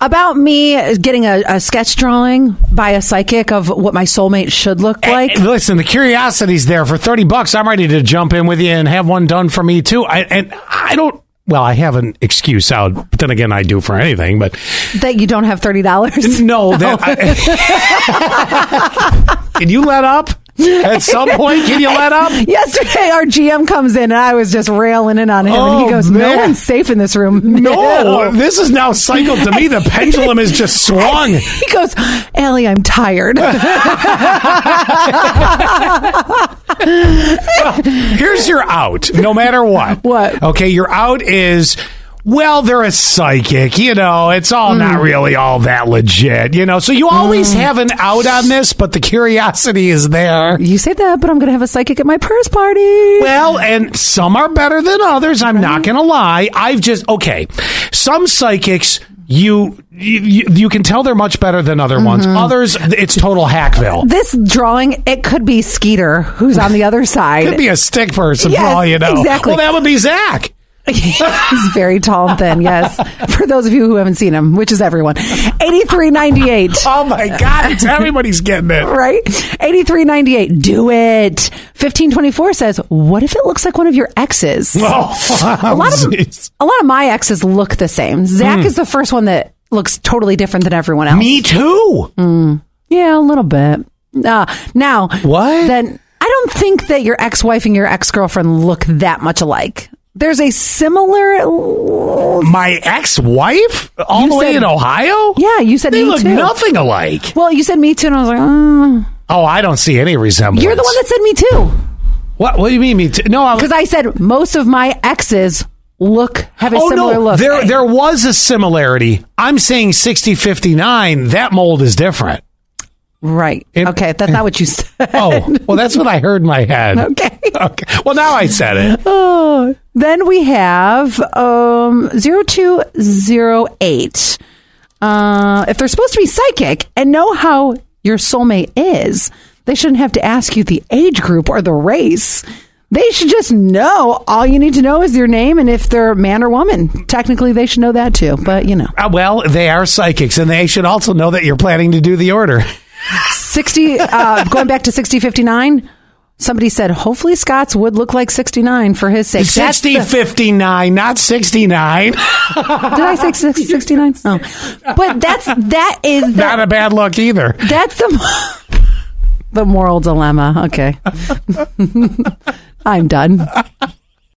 about me getting a, a sketch drawing by a psychic of what my soulmate should look like. Hey, listen, the curiosity's there. For thirty bucks, I'm ready to jump in with you and have one done for me too. I, and I don't. Well, I have an excuse out. But then again, I do for anything. But that you don't have thirty dollars. no, that. I- can you let up? At some point, can you let up? Yesterday, our GM comes in and I was just railing in on him, and Oh, he goes, "No man. one's safe in this room." No, this is now cycled to me. The pendulum is just swung. He goes, "Ellie, I'm tired." Here's your out, no matter what. What? Okay, your out is. Well, they're a psychic, you know. It's all Hmm. not really all that legit, you know. So you always have an out on this, but the curiosity is there. you say that, but I'm going to have a psychic at my purse party. Well, and some are better than others. I'm not going to lie. I've just okay. Some psychics, you you, you you can tell they're much better than other ones. Mm-hmm. Others, it's total hackville. this drawing, it could be Skeeter, who's on the other Could side. be a stick person for Yes, all you know. exactly. Well, that would be Zach. He's very tall and thin, yes. For those of you who haven't seen him, which is everyone. 8398. Oh my God! It's everybody's getting it. Right? 8398. Do it. 1524 says, What if it looks like one of your exes? Oh, a, lot of, a lot of my exes look the same. Zach is the first one that looks totally different than everyone else. Hmm. me too. Mm. Yeah, a little bit. Uh, now, What? Then I don't think that your ex wife and your ex girlfriend look that much alike. There's a similar. My ex-wife, all You the way said- in Ohio. Yeah, you said they me look too. nothing alike. Well, you said me too, and I was like, mm. Oh, I don't see any resemblance. you're the one that said me too. What? What do you mean? Me too? No, I was. Because I said most of my exes look have a oh similar no, look. there there was a similarity. I'm saying 60 59. That mold is different. right. It- okay, that's not what you said. Oh, well, that's what I heard in my head. Okay. Okay. Well, now I said it. Oh. Then we have um, 0208. Uh, if they're supposed to be psychic and know how your soulmate is, they shouldn't have to ask you the age group or the race. They should just know. All you need to know is their name and if they're man or woman. Technically, they should know that too, but you know. Uh, well, they are psychics, and they should also know that you're planning to do the order. 60 uh, going back to 6059 somebody said hopefully scott's would look like 69 for his sake That's the- 60 59, not 69. did i say 60 69 oh but that's that is Not the, a bad look either. that's the mo- the moral dilemma okay i'm done